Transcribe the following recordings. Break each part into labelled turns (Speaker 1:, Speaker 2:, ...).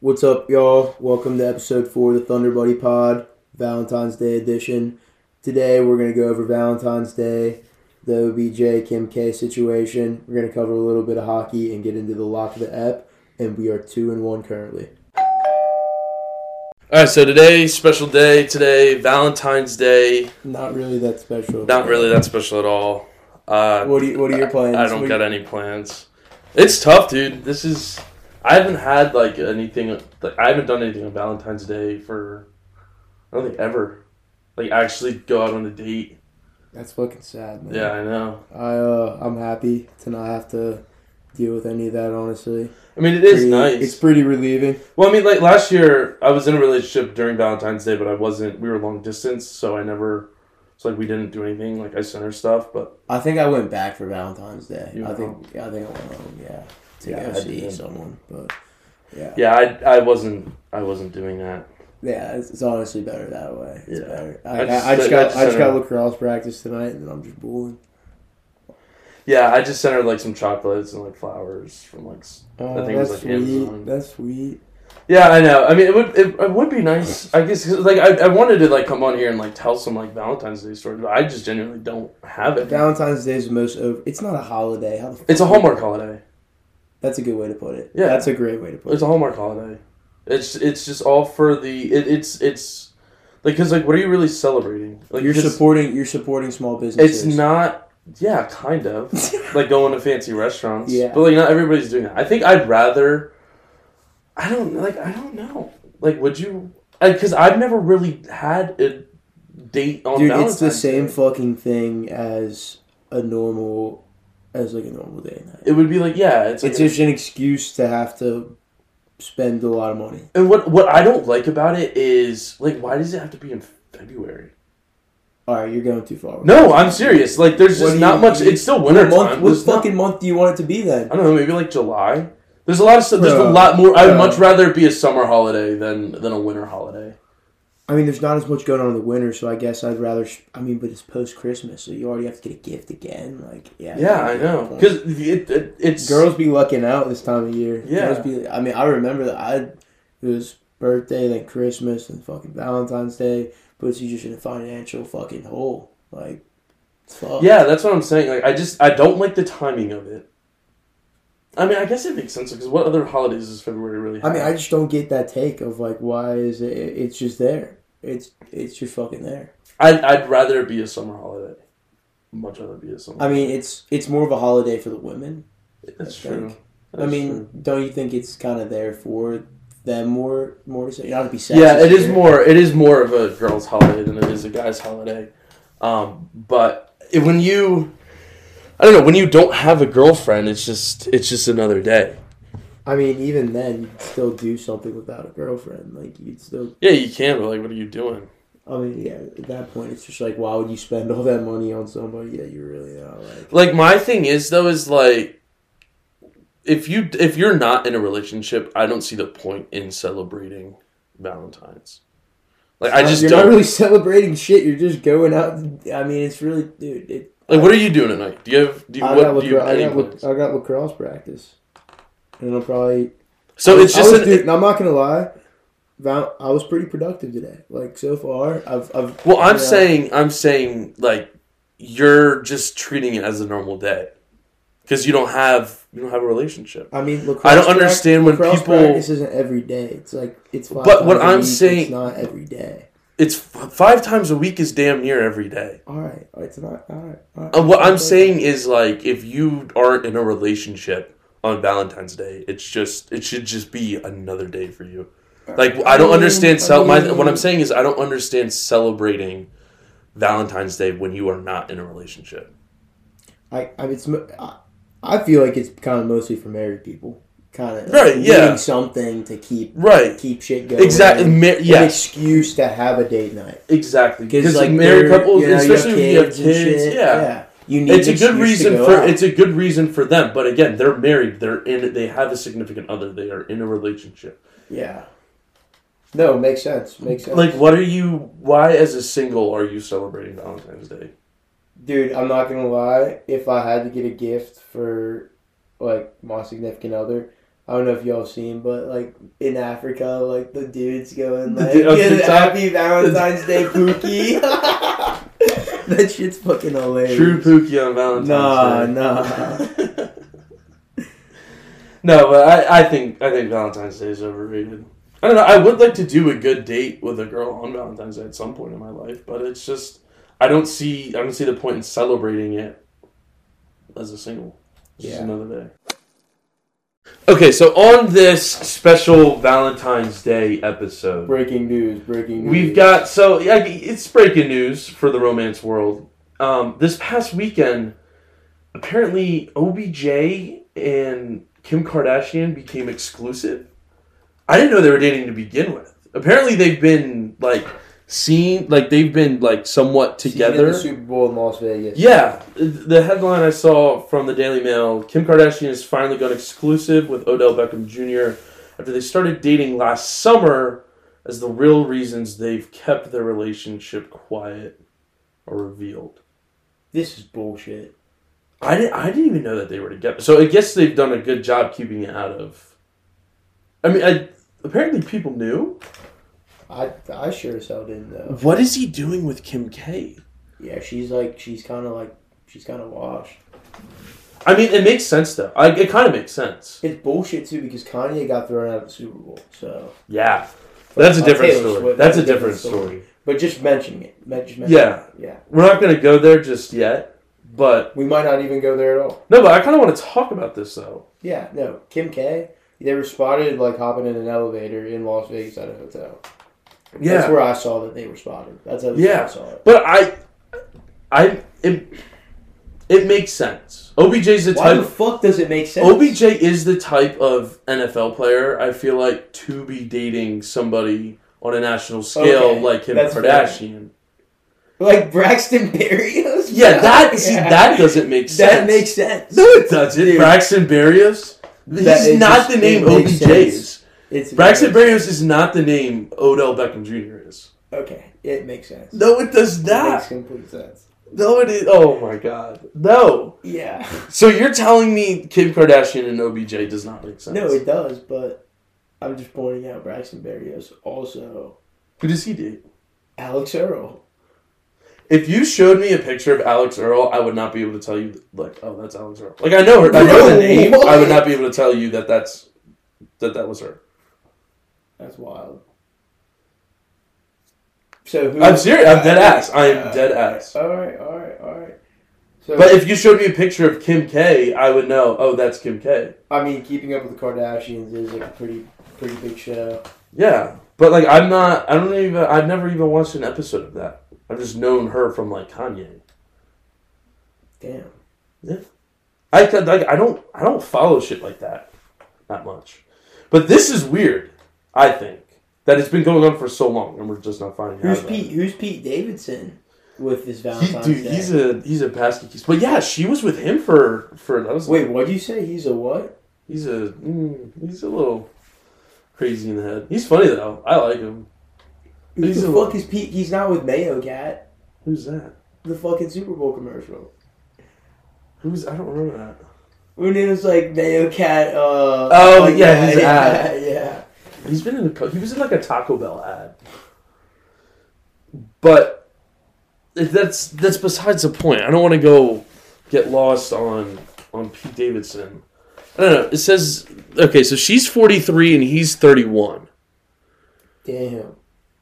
Speaker 1: What's up, y'all? Welcome to episode four of the Thunder Buddy Pod, Valentine's Day edition. Today, we're going to go over Valentine's Day, the OBJ Kim K situation. We're going to cover a little bit of hockey and get into the lock of the ep, and we are two and one currently.
Speaker 2: All right, so today, special day today, Valentine's Day.
Speaker 1: Not really that special.
Speaker 2: Not really that special at all. Uh,
Speaker 1: What are you- what are your plans?
Speaker 2: I, I don't
Speaker 1: What-
Speaker 2: got any plans. It's tough, dude. This is. I haven't had like anything. Like, I haven't done anything on Valentine's Day for. I don't think ever. Like actually go out on a date.
Speaker 1: That's fucking sad, man.
Speaker 2: Yeah, I know.
Speaker 1: I, uh, I'm happy to not have to deal with any of that, honestly.
Speaker 2: I mean, it is
Speaker 1: Pretty-
Speaker 2: nice.
Speaker 1: It's pretty relieving.
Speaker 2: Well, I mean, like last year, I was in a relationship during Valentine's Day, but I wasn't. We were long distance, so I never. It's like we didn't do anything. Like I sent her stuff, but
Speaker 1: I think I went back for Valentine's Day.
Speaker 2: You
Speaker 1: I
Speaker 2: went
Speaker 1: think I think I went home. Yeah, to
Speaker 2: Yeah,
Speaker 1: go
Speaker 2: I
Speaker 1: see
Speaker 2: did.
Speaker 1: someone, but yeah, yeah,
Speaker 2: yeah, I, I wasn't. I wasn't doing that.
Speaker 1: it's, it's honestly better that way. It's
Speaker 2: Yeah.
Speaker 1: better.
Speaker 2: I
Speaker 1: I,
Speaker 2: just-
Speaker 1: I, I just
Speaker 2: I
Speaker 1: got
Speaker 2: just
Speaker 1: I just
Speaker 2: sent
Speaker 1: got lacrosse practice tonight, and then I'm just bowling.
Speaker 2: Yeah, I just sent her like some chocolates and like flowers from like. s-
Speaker 1: Uh,
Speaker 2: think it was,
Speaker 1: that's sweet.
Speaker 2: like, Amazon.
Speaker 1: That's sweet.
Speaker 2: Yeah, I know. I mean, it would it, it would be nice. I guess 'cause, like I, I wanted to like come on here and like tell some like Valentine's Day stories, but I just genuinely don't have it.
Speaker 1: Valentine's Day is the most over. It's not a holiday. How the fuck-
Speaker 2: It's a Hallmark holiday.
Speaker 1: That's a good way to put it.
Speaker 2: Yeah.
Speaker 1: that's a great way to put
Speaker 2: It's
Speaker 1: it.
Speaker 2: a Hallmark holiday. It's it's just all for the it, it's it's like because like what are you really celebrating? Like
Speaker 1: you're
Speaker 2: 'cause
Speaker 1: supporting you're supporting small businesses.
Speaker 2: It's not. Yeah, kind of. like going to fancy restaurants.
Speaker 1: Yeah.
Speaker 2: But like not everybody's doing that. I think I'd rather. I don't like. I don't know. Like, would you? Because I've never really had a date on.
Speaker 1: Dude,
Speaker 2: Valentine's
Speaker 1: it's the same
Speaker 2: Day.
Speaker 1: fucking thing as a normal, as like a normal day. and night.
Speaker 2: It would be like yeah. It's, like
Speaker 1: It's just an excuse to have to spend a lot of money.
Speaker 2: and what what I don't like about it is like why does it have to be in February?
Speaker 1: All right, you're going too far.
Speaker 2: No, I'm serious. Like there's
Speaker 1: What
Speaker 2: just
Speaker 1: do
Speaker 2: not
Speaker 1: you-
Speaker 2: much.
Speaker 1: do you-
Speaker 2: It's still
Speaker 1: what
Speaker 2: winter
Speaker 1: month?
Speaker 2: time.
Speaker 1: What
Speaker 2: There's not-
Speaker 1: fucking month do you want it to be then?
Speaker 2: I don't know, maybe like July. There's a lot of stuff. There's a
Speaker 1: Bro,
Speaker 2: lot more. I would
Speaker 1: bro.
Speaker 2: much rather it be a summer holiday than than a winter holiday.
Speaker 1: I mean, there's not as much going on in the winter, so I guess I'd rather. sh- I mean, but it's post Christmas, so you already have to get a gift again. Like, yeah.
Speaker 2: Yeah, I know.
Speaker 1: Point.
Speaker 2: Because it, it, it's
Speaker 1: girls be lucking out this time of year.
Speaker 2: Yeah.
Speaker 1: Girls be. I mean, I remember that I it was birthday, then Christmas, and fucking Valentine's Day. But you just in a financial fucking hole. Like, fuck.
Speaker 2: Oh. Yeah, that's what I'm saying. Like, I just I don't like the timing of it. I mean, I guess it makes sense because what other holidays does February really?
Speaker 1: I mean, I
Speaker 2: have?
Speaker 1: just don't get that take of like, why is it? It's just there. It's it's just fucking there.
Speaker 2: I'd, I'd rather it be a summer holiday. Much rather it be a summer.
Speaker 1: I mean, it's it's more of a holiday for the women.
Speaker 2: that's
Speaker 1: I
Speaker 2: true.
Speaker 1: think.
Speaker 2: That's
Speaker 1: I mean,
Speaker 2: true.
Speaker 1: don't you think it's kind of there for them more more to say? Not to be sexist.
Speaker 2: yeah, it is
Speaker 1: here.
Speaker 2: more. It is more of a girls' holiday than it is a guys' holiday. Um, but it- when you, I don't know, when you don't have a girlfriend, it's just it's just another day.
Speaker 1: I mean, even then, you'd still do something without a girlfriend. Like you'd still.
Speaker 2: Yeah, you can, but like, what are you doing?
Speaker 1: I mean, yeah. At that point, it's just like, why would you spend all that money on somebody that you really not like?
Speaker 2: like my thing is though is like if you if you're not in a relationship i don't see the point in celebrating valentine's like i
Speaker 1: Uh,
Speaker 2: just
Speaker 1: you're
Speaker 2: don't
Speaker 1: not really celebrating shit. You're just going out. I mean, it's really, dude. It,
Speaker 2: like what are you doing tonight do you have do you,
Speaker 1: I, got
Speaker 2: what do you
Speaker 1: lacro-
Speaker 2: have
Speaker 1: I,
Speaker 2: any
Speaker 1: got
Speaker 2: plans?
Speaker 1: lac- I got lacrosse practice, and I'll probably.
Speaker 2: so it's
Speaker 1: I
Speaker 2: just
Speaker 1: was-
Speaker 2: an,
Speaker 1: dude, I'm not gonna lie. Val- I was pretty productive today. Like so far, I've. I've
Speaker 2: well i'm
Speaker 1: yeah.
Speaker 2: saying i'm saying like you're just treating it as a normal day because you don't have you don't have a relationship
Speaker 1: I mean, lacrosse
Speaker 2: I don't
Speaker 1: prac-
Speaker 2: understand when
Speaker 1: lacrosse
Speaker 2: people-
Speaker 1: practice isn't every day. It's like it's. Five
Speaker 2: But what
Speaker 1: times a
Speaker 2: I'm
Speaker 1: week.
Speaker 2: saying-
Speaker 1: it's not every day.
Speaker 2: it's f- five times a week is damn near every day
Speaker 1: All right, it's not. All right, all right.
Speaker 2: Uh, what I'm saying is like if you aren't in a relationship on Valentine's Day, it's just it should just be another day for you. Like I don't understand. Cel- my, what I'm saying is I don't understand celebrating Valentine's Day when you are not in a relationship.
Speaker 1: I, I mean, it's. mo- I, I feel like it's kind of mostly for married people. Kind of
Speaker 2: Right, yeah.
Speaker 1: Something to keep
Speaker 2: Right.
Speaker 1: keep shit going.
Speaker 2: Exactly.
Speaker 1: An
Speaker 2: Mar- yeah.
Speaker 1: excuse to have a date night
Speaker 2: Exactly. Because like
Speaker 1: they're-
Speaker 2: married couples,
Speaker 1: you know,
Speaker 2: especially when you have
Speaker 1: and
Speaker 2: kids,
Speaker 1: shit.
Speaker 2: yeah.
Speaker 1: You need
Speaker 2: It's a
Speaker 1: an
Speaker 2: good
Speaker 1: excuse to
Speaker 2: reason
Speaker 1: go
Speaker 2: for
Speaker 1: out.
Speaker 2: it's a good reason for them, but again, they're married. They're in. They have a significant other. They are in a relationship.
Speaker 1: yeah. No, makes sense. Makes sense.
Speaker 2: Like, what are you? Why, as a single, are you celebrating Valentine's Day?
Speaker 1: Dude, I'm not gonna lie. If I had to get a gift for like my significant other, I don't know if y'all have seen, but like in Africa, like the dudes going
Speaker 2: The
Speaker 1: like
Speaker 2: dude on
Speaker 1: "Get
Speaker 2: TikTok?
Speaker 1: Happy Valentine's Day Pookie. that shit's fucking hilarious.
Speaker 2: True Pookie on Valentine's
Speaker 1: Nah,
Speaker 2: Day.
Speaker 1: nah.
Speaker 2: no, but I, I think I think Valentine's Day is overrated. I don't know. I would like to do a good date with a girl on Valentine's Day at some point in my life, but it's just I don't see I don't see the point in celebrating it as a single. It's just
Speaker 1: Yeah.
Speaker 2: another day. Okay, so on this special Valentine's Day episode,
Speaker 1: Breaking news. Breaking news.
Speaker 2: We've got so yeah, it's breaking news for the romance world. Um, this past weekend, apparently OBJ and Kim Kardashian became exclusive. I didn't know they were dating to begin with. Apparently, they've been like seen, like they've been like somewhat
Speaker 1: She did
Speaker 2: together.
Speaker 1: the Super Bowl in Las Vegas.
Speaker 2: Yeah, the headline I saw from the Daily Mail: Kim Kardashian has finally gone exclusive with Odell Beckham Jr. after they started dating last summer. As the real reasons they've kept their relationship quiet are revealed.
Speaker 1: This is bullshit.
Speaker 2: I didn't. I didn't even know that they were together. So I guess they've done a good job keeping it out of. I mean, I, apparently people knew.
Speaker 1: I I sure as hell didn't know.
Speaker 2: What is he doing with Kim K?
Speaker 1: Yeah, she's like she's kind of like she's kind of washed.
Speaker 2: I mean, it makes sense though. I, it kind of makes sense.
Speaker 1: It's bullshit too because Kanye got thrown out of the Super Bowl. So,
Speaker 2: Yeah, that's a
Speaker 1: Uh,
Speaker 2: different
Speaker 1: Taylor
Speaker 2: story.
Speaker 1: Swift,
Speaker 2: That's a different story.
Speaker 1: but just mentioning it, men- just mentioning
Speaker 2: Yeah.
Speaker 1: it. yeah.
Speaker 2: We're not going to go there just yet, but
Speaker 1: We might not even go there at all.
Speaker 2: no, but I kind of want to talk about this though.
Speaker 1: Yeah, no. Kim K, they were spotted like hopping in an elevator in Las Vegas at a hotel. that's
Speaker 2: Yeah,
Speaker 1: where I saw that they were spotted. That's how
Speaker 2: Yeah.
Speaker 1: I saw it.
Speaker 2: but I, I it, it makes sense. OBJ's the
Speaker 1: Why
Speaker 2: type.
Speaker 1: the fuck does it make sense?
Speaker 2: OBJ is the type of NFL player I feel like to be dating somebody on a national scale
Speaker 1: Okay,
Speaker 2: like Kim
Speaker 1: that's
Speaker 2: Kardashian.
Speaker 1: like Braxton Berrios.
Speaker 2: Yeah, that see
Speaker 1: Yeah.
Speaker 2: that doesn't make sense.
Speaker 1: that makes sense.
Speaker 2: no, it doesn't.
Speaker 1: Dude.
Speaker 2: Braxton Berrios. He's
Speaker 1: That is
Speaker 2: not
Speaker 1: just-
Speaker 2: the name
Speaker 1: it makes
Speaker 2: OBJ
Speaker 1: sense.
Speaker 2: is.
Speaker 1: It's
Speaker 2: Braxton Berrios is not the name Odell Beckham Jr. is.
Speaker 1: Okay, it makes sense.
Speaker 2: No, it does
Speaker 1: It makes
Speaker 2: not.
Speaker 1: complete sense.
Speaker 2: No, it is. Oh my god. No.
Speaker 1: Yeah.
Speaker 2: So you're telling me Kim Kardashian and OBJ does not make sense?
Speaker 1: No, it does, but I'm just pointing out Braxton Berrios. Also,
Speaker 2: Who does he date?
Speaker 1: Alex Earl.
Speaker 2: If you showed me a picture of Alex Earl, I would not be able to tell you like, oh, that's Alex Earl. Like I know her, I know
Speaker 1: Bro,
Speaker 2: the name.
Speaker 1: what?
Speaker 2: I would not be able to tell you that that's that that was her.
Speaker 1: That's wild. So who?
Speaker 2: I'm serious. I'm dead ass. I am dead ass.
Speaker 1: All right, all right, all right. So,
Speaker 2: But if you showed me a picture of Kim K, I would know. Oh, that's Kim K.
Speaker 1: I mean, keeping up with the Kardashians is like a pretty, pretty big show.
Speaker 2: Yeah, but like I'm not. I don't even. I've never even watched an episode of that. I've just known her from like Kanye.
Speaker 1: Damn.
Speaker 2: I could- like I don't I don't follow shit like that that much. But this is weird, I think, that it's been going on for so long and we're just not finding
Speaker 1: Who's
Speaker 2: out. about
Speaker 1: Pete?
Speaker 2: it.
Speaker 1: Who's Pete Davidson with this
Speaker 2: He,
Speaker 1: Valentine's
Speaker 2: dude,
Speaker 1: Day?
Speaker 2: he's a he's a basket case. But yeah, she was with him for for that was
Speaker 1: Wait, what would you say? He's a what?
Speaker 2: he's a mm, he's a little crazy in the head. He's funny though. I like him.
Speaker 1: Who
Speaker 2: He's
Speaker 1: the
Speaker 2: a-
Speaker 1: fuck is Pete? He's not with Mayo Cat.
Speaker 2: Who's that?
Speaker 1: The fucking Super Bowl commercial.
Speaker 2: Who's I don't remember that.
Speaker 1: When it was like Mayo Cat. Uh,
Speaker 2: Oh,
Speaker 1: like,
Speaker 2: yeah, his
Speaker 1: yeah,
Speaker 2: ad.
Speaker 1: yeah.
Speaker 2: He's been in a co- he was in like a Taco Bell ad. But that's that's besides the point. I don't want to go get lost on on Pete Davidson. I don't know. It says okay, so she's 43 and he's 31.
Speaker 1: Damn,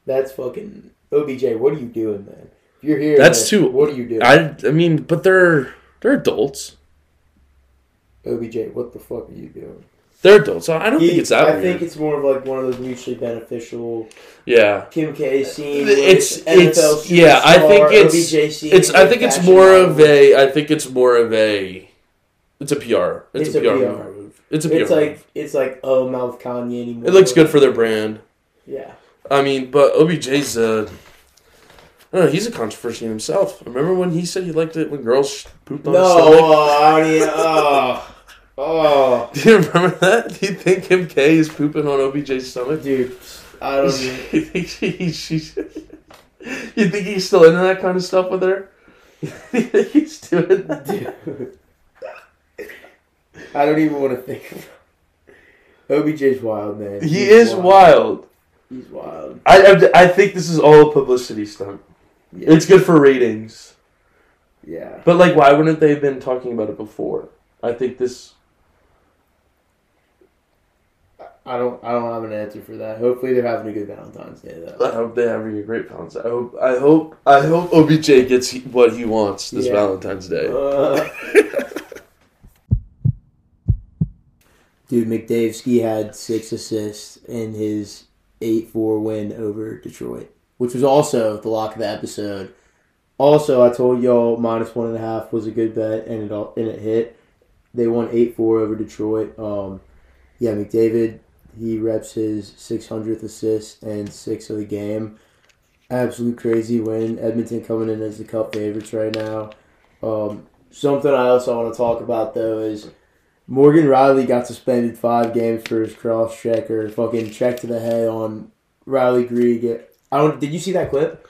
Speaker 1: that's fucking OBJ. What are you doing, man? If you're here.
Speaker 2: That's
Speaker 1: man,
Speaker 2: too-
Speaker 1: What are you doing,
Speaker 2: I I mean, but they're they're adults.
Speaker 1: OBJ? What the fuck are you doing?
Speaker 2: They're adults. I don't think it's that
Speaker 1: I
Speaker 2: weird.
Speaker 1: think it's more of like one of those mutually beneficial
Speaker 2: yeah.
Speaker 1: Kim K scene. where
Speaker 2: It's-
Speaker 1: NFL
Speaker 2: it's- yeah, I
Speaker 1: superstar,
Speaker 2: think it's-
Speaker 1: OBJ scene.
Speaker 2: It's I think it's
Speaker 1: fashion
Speaker 2: more of
Speaker 1: model.
Speaker 2: a I think it's more of a it's a PR. It's, a, PR, move. It's a PR.
Speaker 1: It's
Speaker 2: move.
Speaker 1: like it's like oh mouth Kanye anymore.
Speaker 2: it looks good for their brand.
Speaker 1: yeah.
Speaker 2: I mean, but OBJ's a. I don't know, he's a controversy in himself. Remember when he said he liked it when girls sh- pooped on his
Speaker 1: No,
Speaker 2: stomach?
Speaker 1: oh, I don't even. Oh, oh,
Speaker 2: Do you remember that? Do you think Kim K is pooping on OBJ's stomach?
Speaker 1: dude, I
Speaker 2: you
Speaker 1: don't. Even,
Speaker 2: think she, she, you think he's still into that kind of stuff with her? You think he's doing that?
Speaker 1: Dude. I don't even want to think. OBJ's wild, man.
Speaker 2: He
Speaker 1: He's
Speaker 2: is wild.
Speaker 1: He's wild.
Speaker 2: I, I I think this is all a publicity stunt.
Speaker 1: Yeah.
Speaker 2: It's good for ratings.
Speaker 1: yeah.
Speaker 2: But like, why wouldn't they have been talking about it before? I think this.
Speaker 1: I don't. I don't have an answer for that. Hopefully, they're having a good Valentine's Day though.
Speaker 2: I hope they're having a great Valentine's. I hope. I hope. I hope OBJ gets he- what he wants this
Speaker 1: Yeah.
Speaker 2: Valentine's Day.
Speaker 1: Uh, Dude, McDavesky had six assists in his 8 4 win over Detroit, which was also the lock of the episode. Also, I told y'all minus one and a half was a good bet, and it all, and it hit. They won 8 4 over Detroit. Um, yeah, McDavid, he reps his 600th assist and six of the game. Absolute crazy win. Edmonton coming in as the cup favorites right now. Um, something I also want to talk about though is Morgan Riley got suspended five games for his cross checker, fucking check to the head on Riley Grieg. I don't. Did you see that clip?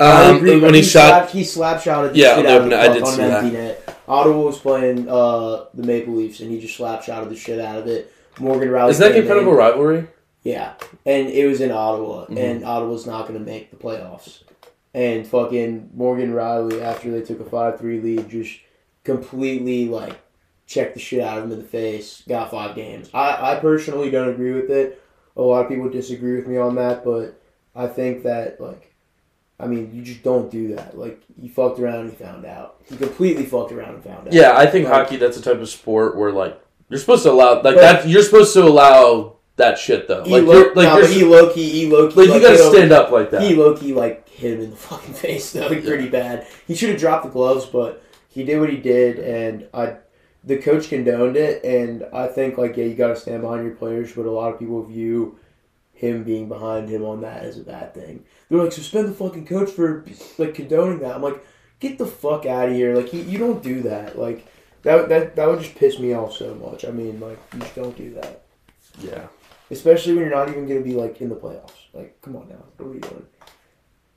Speaker 1: Riley
Speaker 2: um,
Speaker 1: Grieg,
Speaker 2: when he shot,
Speaker 1: slapped, he slap shotted. The
Speaker 2: Yeah,
Speaker 1: shit
Speaker 2: on the
Speaker 1: out of
Speaker 2: open-
Speaker 1: the
Speaker 2: I
Speaker 1: puck
Speaker 2: did
Speaker 1: on
Speaker 2: see
Speaker 1: an
Speaker 2: that.
Speaker 1: empty net. Ottawa was playing uh, the Maple Leafs, and he just slap shotted the shit out of it. Morgan Riley.
Speaker 2: is that
Speaker 1: came
Speaker 2: kind of
Speaker 1: in.
Speaker 2: a rivalry?
Speaker 1: Yeah, and it was in Ottawa,
Speaker 2: Mm-hmm.
Speaker 1: and Ottawa's not going to make the playoffs. And fucking Morgan Riley, after they took a five three lead, just completely like checked the shit out of him in the face. Got five games. I I personally don't agree with it. A lot of people disagree with me on that, but I think that like, I mean, you just don't do that. Like, you fucked around and you found out. You completely fucked around and found out.
Speaker 2: Yeah, I think
Speaker 1: Like-
Speaker 2: hockey. That's a type of sport where like you're supposed to allow like
Speaker 1: But-
Speaker 2: that. You're supposed to allow that shit though.
Speaker 1: He
Speaker 2: Like
Speaker 1: lo-
Speaker 2: you're like
Speaker 1: nah,
Speaker 2: you're,
Speaker 1: but he low key, he low key,
Speaker 2: like you gotta
Speaker 1: hit him-
Speaker 2: stand up like that.
Speaker 1: He low key like hit him in the fucking face though, like, pretty bad. He should have dropped the gloves, but he did what he did, and I, the coach condoned it, and I think like yeah, you got to stand behind your players, but a lot of people view him being behind him on that as a bad thing. They're like suspend the fucking coach for like condoning that. I'm like, get the fuck out of here! Like he, you don't do that. Like that that that would just piss me off so much. I mean, like you just don't do that.
Speaker 2: yeah,
Speaker 1: Especially when you're not even going to be like in the playoffs. Like, come on now, what are we doing?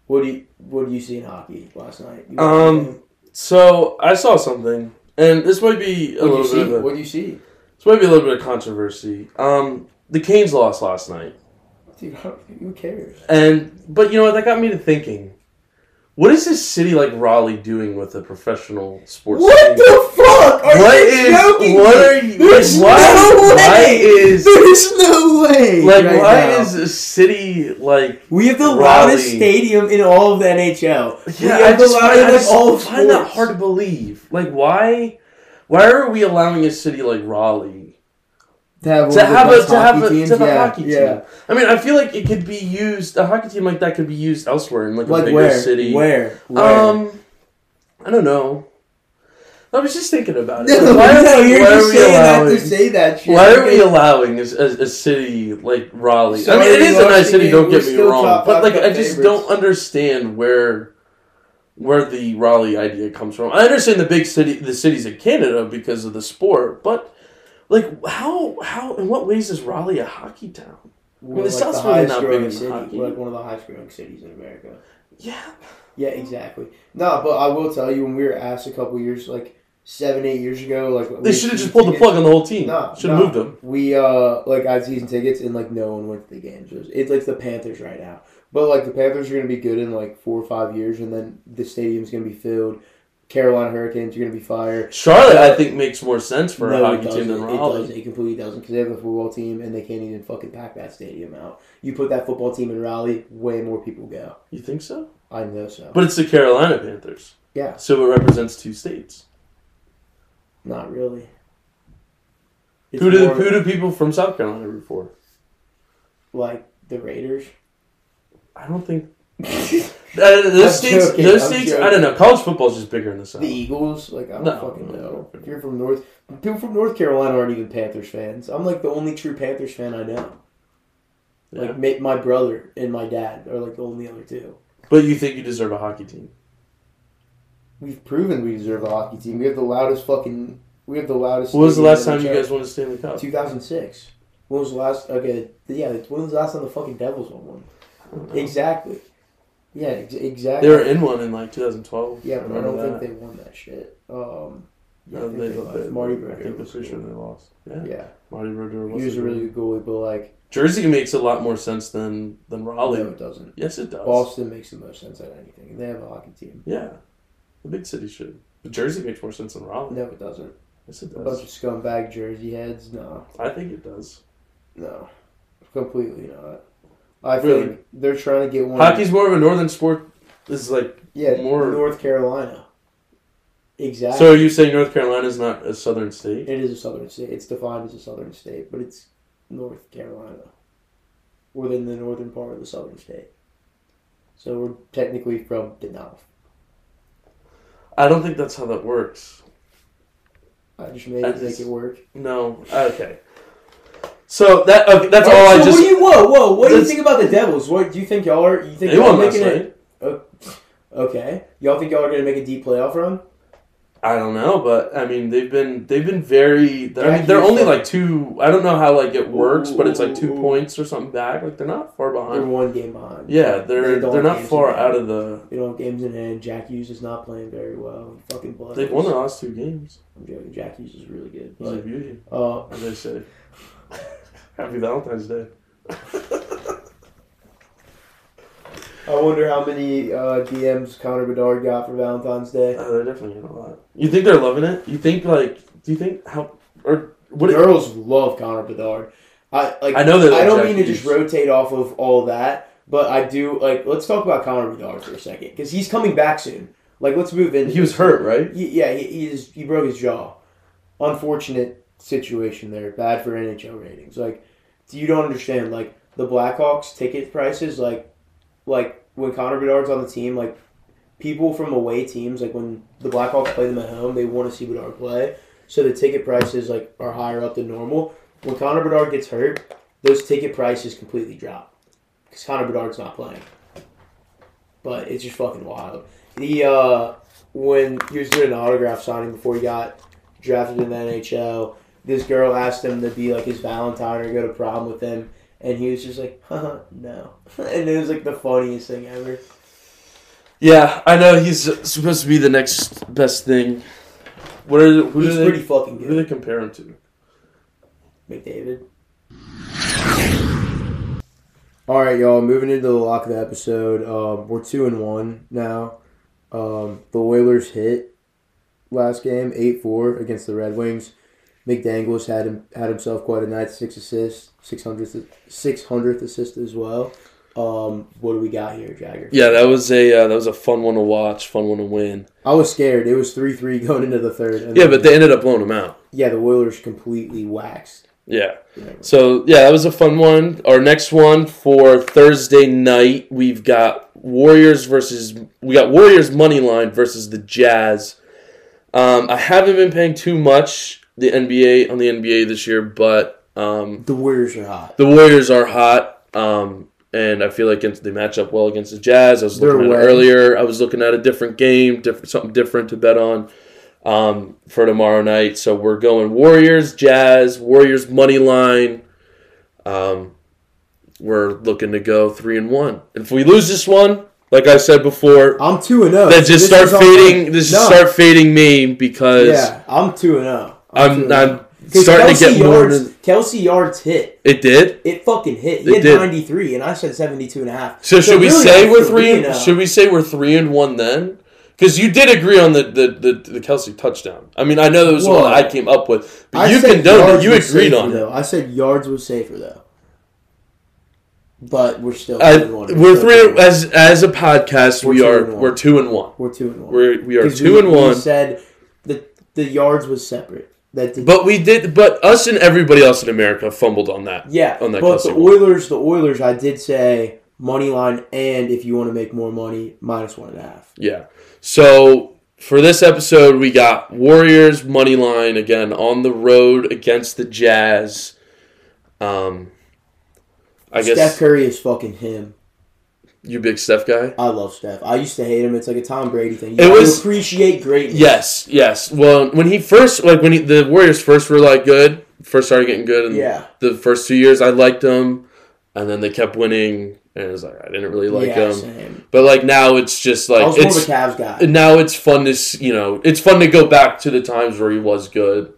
Speaker 1: What do you What do you see in hockey last night? You
Speaker 2: Um, So I saw something, and this might be
Speaker 1: what
Speaker 2: a
Speaker 1: do you
Speaker 2: little
Speaker 1: see?
Speaker 2: bit. Of a,
Speaker 1: What do you see,
Speaker 2: this might be a little bit of controversy. Um, the Canes lost last night,
Speaker 1: dude? I don't- Who cares?
Speaker 2: and but you know what? That got me to thinking. What is this city like Raleigh doing with a professional sports?
Speaker 1: What
Speaker 2: team?
Speaker 1: the fuck? Are
Speaker 2: What
Speaker 1: you
Speaker 2: is-
Speaker 1: joking?
Speaker 2: what
Speaker 1: me?
Speaker 2: are you-
Speaker 1: There's
Speaker 2: why-
Speaker 1: no way.
Speaker 2: why is-
Speaker 1: There's no way.
Speaker 2: Like,
Speaker 1: right
Speaker 2: why
Speaker 1: now.
Speaker 2: is a city like?
Speaker 1: we have the
Speaker 2: Raleigh-
Speaker 1: loudest stadium in all of the NHL? We
Speaker 2: Yeah,
Speaker 1: have
Speaker 2: I just, find, I
Speaker 1: of
Speaker 2: just
Speaker 1: all of
Speaker 2: find that
Speaker 1: sports.
Speaker 2: hard to believe. Like, why, why are we allowing a city like Raleigh
Speaker 1: to have,
Speaker 2: to have a to have a
Speaker 1: teams?
Speaker 2: to have
Speaker 1: yeah,
Speaker 2: a hockey
Speaker 1: yeah.
Speaker 2: team? I mean, I feel like it could be used. A hockey team like that could be used elsewhere in like, a
Speaker 1: Like
Speaker 2: bigger
Speaker 1: where?
Speaker 2: city.
Speaker 1: Where? Where?
Speaker 2: Um, I don't know. I was just thinking about it.
Speaker 1: No,
Speaker 2: Like, why are,
Speaker 1: no, you're
Speaker 2: why
Speaker 1: just
Speaker 2: are we
Speaker 1: saying that
Speaker 2: allowing?
Speaker 1: to say that shit.
Speaker 2: Why are we allowing a, a, a city like Raleigh?
Speaker 1: Sorry,
Speaker 2: I mean, it is
Speaker 1: we
Speaker 2: a
Speaker 1: lost
Speaker 2: nice
Speaker 1: the
Speaker 2: city.
Speaker 1: game.
Speaker 2: Don't
Speaker 1: We're
Speaker 2: get me
Speaker 1: still
Speaker 2: wrong,
Speaker 1: top
Speaker 2: but
Speaker 1: five
Speaker 2: like,
Speaker 1: cup
Speaker 2: I just
Speaker 1: favorites.
Speaker 2: don't understand where where the Raleigh idea comes from. I understand the big city, the cities in Canada because of the sport, but like, how how in what ways is Raleigh a hockey town?
Speaker 1: We're
Speaker 2: Well, the
Speaker 1: like
Speaker 2: South's
Speaker 1: the
Speaker 2: really
Speaker 1: highest
Speaker 2: not big
Speaker 1: growing
Speaker 2: in
Speaker 1: city.
Speaker 2: hockey.
Speaker 1: We're like one of the highest growing cities in America.
Speaker 2: Yeah,
Speaker 1: Yeah, exactly. No, but I will tell you, when we were asked a couple years, like seven, eight years ago, like
Speaker 2: they
Speaker 1: we-
Speaker 2: should have just
Speaker 1: we-
Speaker 2: pulled the plug on the whole team.
Speaker 1: No,
Speaker 2: should have
Speaker 1: no.
Speaker 2: moved them.
Speaker 1: We uh, like I had season tickets, and like no one went to the games. It was, it's like the Panthers right now, but like the Panthers are gonna be good in like four or five years, and then the stadium's gonna be filled. Carolina Hurricanes are gonna be fired.
Speaker 2: Charlotte, I think, makes more sense for a
Speaker 1: it
Speaker 2: hockey team
Speaker 1: doesn't.
Speaker 2: than
Speaker 1: It
Speaker 2: Raleigh.
Speaker 1: doesn't. It completely doesn't because they have a football team and they can't even fucking pack that stadium out. You put that football team in Raleigh, way more people go.
Speaker 2: You think so?
Speaker 1: I know so.
Speaker 2: But it's the Carolina Panthers,
Speaker 1: yeah,
Speaker 2: so it represents two states.
Speaker 1: not really. It's
Speaker 2: Who do
Speaker 1: more
Speaker 2: who do people from South Carolina root for?
Speaker 1: like the Raiders?
Speaker 2: I don't think Uh, those
Speaker 1: I'm
Speaker 2: states.
Speaker 1: joking,
Speaker 2: Those
Speaker 1: I'm
Speaker 2: states.
Speaker 1: joking.
Speaker 2: I don't know. College football is just bigger in the south.
Speaker 1: The Eagles? Like I don't
Speaker 2: No.
Speaker 1: fucking know. If you're from North, people from North Carolina aren't even Panthers fans. I'm like the only true Panthers fan I know.
Speaker 2: Yeah.
Speaker 1: Like ma- my brother and my dad are like the only other two.
Speaker 2: but you think you deserve a hockey team?
Speaker 1: We've proven we deserve a hockey team. We have the loudest fucking. We have the loudest.
Speaker 2: When was
Speaker 1: stadium
Speaker 2: the last
Speaker 1: in
Speaker 2: time you
Speaker 1: NHL.
Speaker 2: guys won a Stanley Cup?
Speaker 1: 2006. When was the last? Okay, yeah. When was the last time the fucking Devils won one? Exactly. Yeah, ex- exactly.
Speaker 2: They were in one in like 2012.
Speaker 1: yeah, but I don't
Speaker 2: Remember
Speaker 1: think they won that shit. Um, Yeah, I
Speaker 2: No,
Speaker 1: think
Speaker 2: they-
Speaker 1: they
Speaker 2: they-
Speaker 1: lost. Marty
Speaker 3: I'm
Speaker 1: Brodeur
Speaker 3: pretty
Speaker 1: was
Speaker 3: sure
Speaker 1: good.
Speaker 3: they lost.
Speaker 2: Yeah.
Speaker 1: Yeah,
Speaker 2: Marty Brodeur was
Speaker 1: he was a
Speaker 2: good.
Speaker 1: really good goalie, but like
Speaker 2: Jersey makes a lot more sense than than Raleigh.
Speaker 1: no, it doesn't.
Speaker 2: Yes, it does.
Speaker 1: Boston makes the most sense out of anything. They have a hockey team.
Speaker 2: Yeah, the big city should. But Jersey makes more sense than Raleigh.
Speaker 1: No, it doesn't.
Speaker 2: Yes, it
Speaker 1: A bunch
Speaker 2: does.
Speaker 1: of scumbag jersey heads. No,
Speaker 2: I think it does.
Speaker 1: no, completely not. I
Speaker 2: Really?
Speaker 1: think they're trying to get one.
Speaker 2: Hockey's more of a northern sport. This is like
Speaker 1: yeah,
Speaker 2: more-
Speaker 1: North Carolina. Exactly.
Speaker 2: so. Are you saying North Carolina is not a southern state?
Speaker 1: It is a southern state. It's defined as a southern state, but it's North Carolina, within the northern part of the southern state. So we're technically from the north.
Speaker 2: I don't think that's how that works.
Speaker 1: I just made
Speaker 2: I
Speaker 1: it make
Speaker 2: just-
Speaker 1: it work.
Speaker 2: No. Okay. So that okay, that's all
Speaker 1: so
Speaker 2: I just.
Speaker 1: What do you, whoa, whoa! What do you
Speaker 2: That's-
Speaker 1: think about the Devils? What do you think y'all are? You think
Speaker 2: they
Speaker 1: y'all
Speaker 2: won
Speaker 1: are
Speaker 2: last
Speaker 1: making
Speaker 2: night.
Speaker 1: it? Okay, y'all think y'all are gonna make a deep playoff run?
Speaker 2: I don't know, but I mean they've been they've been very. I mean
Speaker 1: Jackie
Speaker 2: they're
Speaker 1: was
Speaker 2: only
Speaker 1: saying-
Speaker 2: like two. I don't know how like it works, but it's like two
Speaker 1: Ooh.
Speaker 2: points or something back. Like they're not far
Speaker 1: They're
Speaker 2: behind.
Speaker 1: one game behind.
Speaker 2: Yeah, they're
Speaker 1: They don't
Speaker 2: they're not
Speaker 1: answer
Speaker 2: far
Speaker 1: that.
Speaker 2: out of the.
Speaker 1: They don't have games in hand. Jack Hughes is not playing very well. He fucking blows.
Speaker 2: They've won their last two games.
Speaker 1: I'm joking. Jack Hughes is really good.
Speaker 2: He's a
Speaker 1: But,
Speaker 2: beauty,
Speaker 1: uh,
Speaker 2: as they say. Happy Valentine's Day.
Speaker 1: I wonder how many uh, DMs Connor Bedard got for Valentine's Day.
Speaker 2: Oh, they're definitely getting a lot. You think they're loving it? You think like? Do you think how or what?
Speaker 1: Girls love Connor Bedard. I like.
Speaker 2: I know they love
Speaker 1: I don't
Speaker 2: Jack
Speaker 1: mean to just
Speaker 2: Hughes.
Speaker 1: rotate off of all that, but I do like. Let's talk about Connor Bedard for a second because he's coming back soon. Like, let's move in.
Speaker 2: He was hurt, right?
Speaker 1: He- yeah, he, he, is, he broke his jaw. Unfortunate situation there. Bad for NHL ratings. Like, you don't understand. Like the Blackhawks ticket prices. Like, like when Connor Bedard's on the team, like people from away teams, like when the Blackhawks play them at home, they want to see Bedard play. So the ticket prices like are higher up than normal. When Connor Bedard gets hurt, those ticket prices completely drop because Connor Bedard's not playing. But it's just fucking wild. The uh, when he was doing an autograph signing before he got drafted in the NHL, this girl asked him to be like his Valentine or go to prom with him, and he was just like, huh, no. and it was like the funniest thing ever.
Speaker 2: Yeah, I know he's supposed to be the next best thing. What are who
Speaker 1: He's
Speaker 2: do they
Speaker 1: pretty fucking
Speaker 2: who do
Speaker 1: good,
Speaker 2: they compare him to?
Speaker 1: McDavid. All right, y'all. Moving into the lock of the episode, um, we're two and one now. Um, the Oilers hit last game eight four against the Red Wings. McDangles had him, had himself quite a night, six assists, six hundredth six hundredth assist as well. Um, what do we got here, Jagger?
Speaker 2: Yeah, that was a uh, that was a fun one to watch, fun one to win.
Speaker 1: I was scared. It was three three going into the third. and
Speaker 2: Yeah,
Speaker 1: then-
Speaker 2: but they ended up blowing him out.
Speaker 1: yeah, the Oilers completely waxed.
Speaker 2: Yeah. So yeah, that was a fun one. Our next one for Thursday night, we've got Warriors versus we got Warriors money line versus the Jazz. Um, I haven't been paying too much the NBA on the NBA this year, but um,
Speaker 1: The Warriors are hot.
Speaker 2: the Warriors are hot, um, and I feel like it's- they match up well against the Jazz. I was
Speaker 1: They're
Speaker 2: looking at
Speaker 1: away.
Speaker 2: it earlier. I was looking at a different game, different something different to bet on um, for tomorrow night. So we're going Warriors, Jazz, Warriors money line. Um, we're looking to go three and one. If we lose this one, like I said before,
Speaker 1: I'm two and oh. zero.
Speaker 2: then just start fading. This just start fading me because
Speaker 1: Yeah, I'm two and zero.
Speaker 2: I'm, I'm
Speaker 1: Starting
Speaker 2: starting to get more.
Speaker 1: yards,
Speaker 2: than-
Speaker 1: Kelsey yards hit.
Speaker 2: It did.
Speaker 1: It fucking hit. He
Speaker 2: It
Speaker 1: had
Speaker 2: did.
Speaker 1: 93, and I said 72 and a half.
Speaker 2: So should we
Speaker 1: really,
Speaker 2: say
Speaker 1: I'm
Speaker 2: we're three?
Speaker 1: and
Speaker 2: And,
Speaker 1: oh.
Speaker 2: should we say we're three and one then? Because you did agree on the the, the the Kelsey touchdown. I mean, I know that was the one
Speaker 1: Whoa.
Speaker 2: that I came up with, but
Speaker 1: I
Speaker 2: you
Speaker 1: said
Speaker 2: condoned it.
Speaker 1: yards
Speaker 2: You
Speaker 1: was
Speaker 2: agreed
Speaker 1: safer,
Speaker 2: on it.
Speaker 1: though. I said yards was safer, though. But we're still
Speaker 2: I,
Speaker 1: 2 and 1.
Speaker 2: Uh, we're
Speaker 1: still
Speaker 2: three
Speaker 1: 2 and one.
Speaker 2: as as a podcast.
Speaker 1: We're
Speaker 2: we
Speaker 1: two
Speaker 2: are
Speaker 1: and one.
Speaker 2: we're two and one.
Speaker 1: We're 2 and 1.
Speaker 2: We're we are
Speaker 1: 'Cause
Speaker 2: two
Speaker 1: we-
Speaker 2: and one.
Speaker 1: We said the, the yards was separate. That did,
Speaker 2: But we did. But us and everybody else in America fumbled on that.
Speaker 1: yeah,
Speaker 2: on that
Speaker 1: but the
Speaker 2: Kelsey one.
Speaker 1: Oilers, the Oilers, I did say money line, and if you want to make more money, minus one and a half.
Speaker 2: Yeah. So for this episode, we got Warriors money line again on the road against the Jazz. Um, I
Speaker 1: Steph
Speaker 2: guess
Speaker 1: Curry is fucking him.
Speaker 2: you big Steph guy.
Speaker 1: I love Steph. I used to hate him. It's like a Tom Brady thing. You
Speaker 2: It
Speaker 1: have to
Speaker 2: was-
Speaker 1: appreciate greatness.
Speaker 2: Yes, yes. Well, when he first like when he, the Warriors first were like good, first started getting good, and
Speaker 1: Yeah.
Speaker 2: the first two years I liked them. and then they kept winning, and it was like I didn't really like
Speaker 1: yeah,
Speaker 2: them.
Speaker 1: same.
Speaker 2: But like now, it's just
Speaker 1: I
Speaker 2: like
Speaker 1: was more of a
Speaker 2: it's
Speaker 1: Cavs guy.
Speaker 2: now it's fun to s- you know it's fun to go back to the times where he was good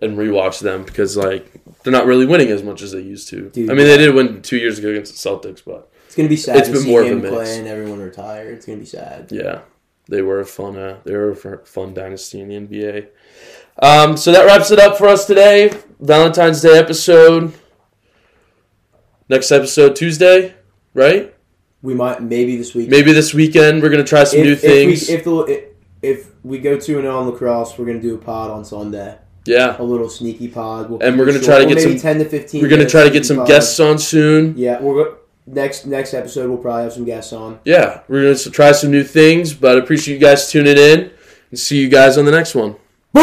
Speaker 2: and rewatch them because like they're not really winning as much as they used to.
Speaker 1: Dude.
Speaker 2: I mean, they did win two years ago against the Celtics, but
Speaker 1: It's gonna be sad.
Speaker 2: It's
Speaker 1: to
Speaker 2: been
Speaker 1: see
Speaker 2: more of a
Speaker 1: him
Speaker 2: mix.
Speaker 1: playing. Everyone retired. It's gonna be sad.
Speaker 2: yeah, they were a fun uh, they were a fun- fun dynasty in the NBA. Um, so that wraps it up for us today, Valentine's Day episode. Next episode Tuesday, right?
Speaker 1: We might maybe this week.
Speaker 2: Maybe this weekend we're gonna try some
Speaker 1: if,
Speaker 2: new
Speaker 1: if
Speaker 2: things.
Speaker 1: We, if the if we go two and zero on lacrosse, we're gonna do a pod on Sunday.
Speaker 2: yeah,
Speaker 1: A little sneaky pod. We'll
Speaker 2: And
Speaker 1: keep
Speaker 2: we're
Speaker 1: it short.
Speaker 2: gonna try to
Speaker 1: Or
Speaker 2: get
Speaker 1: maybe
Speaker 2: some-
Speaker 1: ten to fifteen.
Speaker 2: we're gonna
Speaker 1: minute
Speaker 2: try to get
Speaker 1: sneaky
Speaker 2: some
Speaker 1: pod.
Speaker 2: guests on soon.
Speaker 1: Yeah, we're go- next next episode. We'll probably have some guests on.
Speaker 2: yeah, we're going to try some new things, but I appreciate you guys tuning in and see you guys on the next one.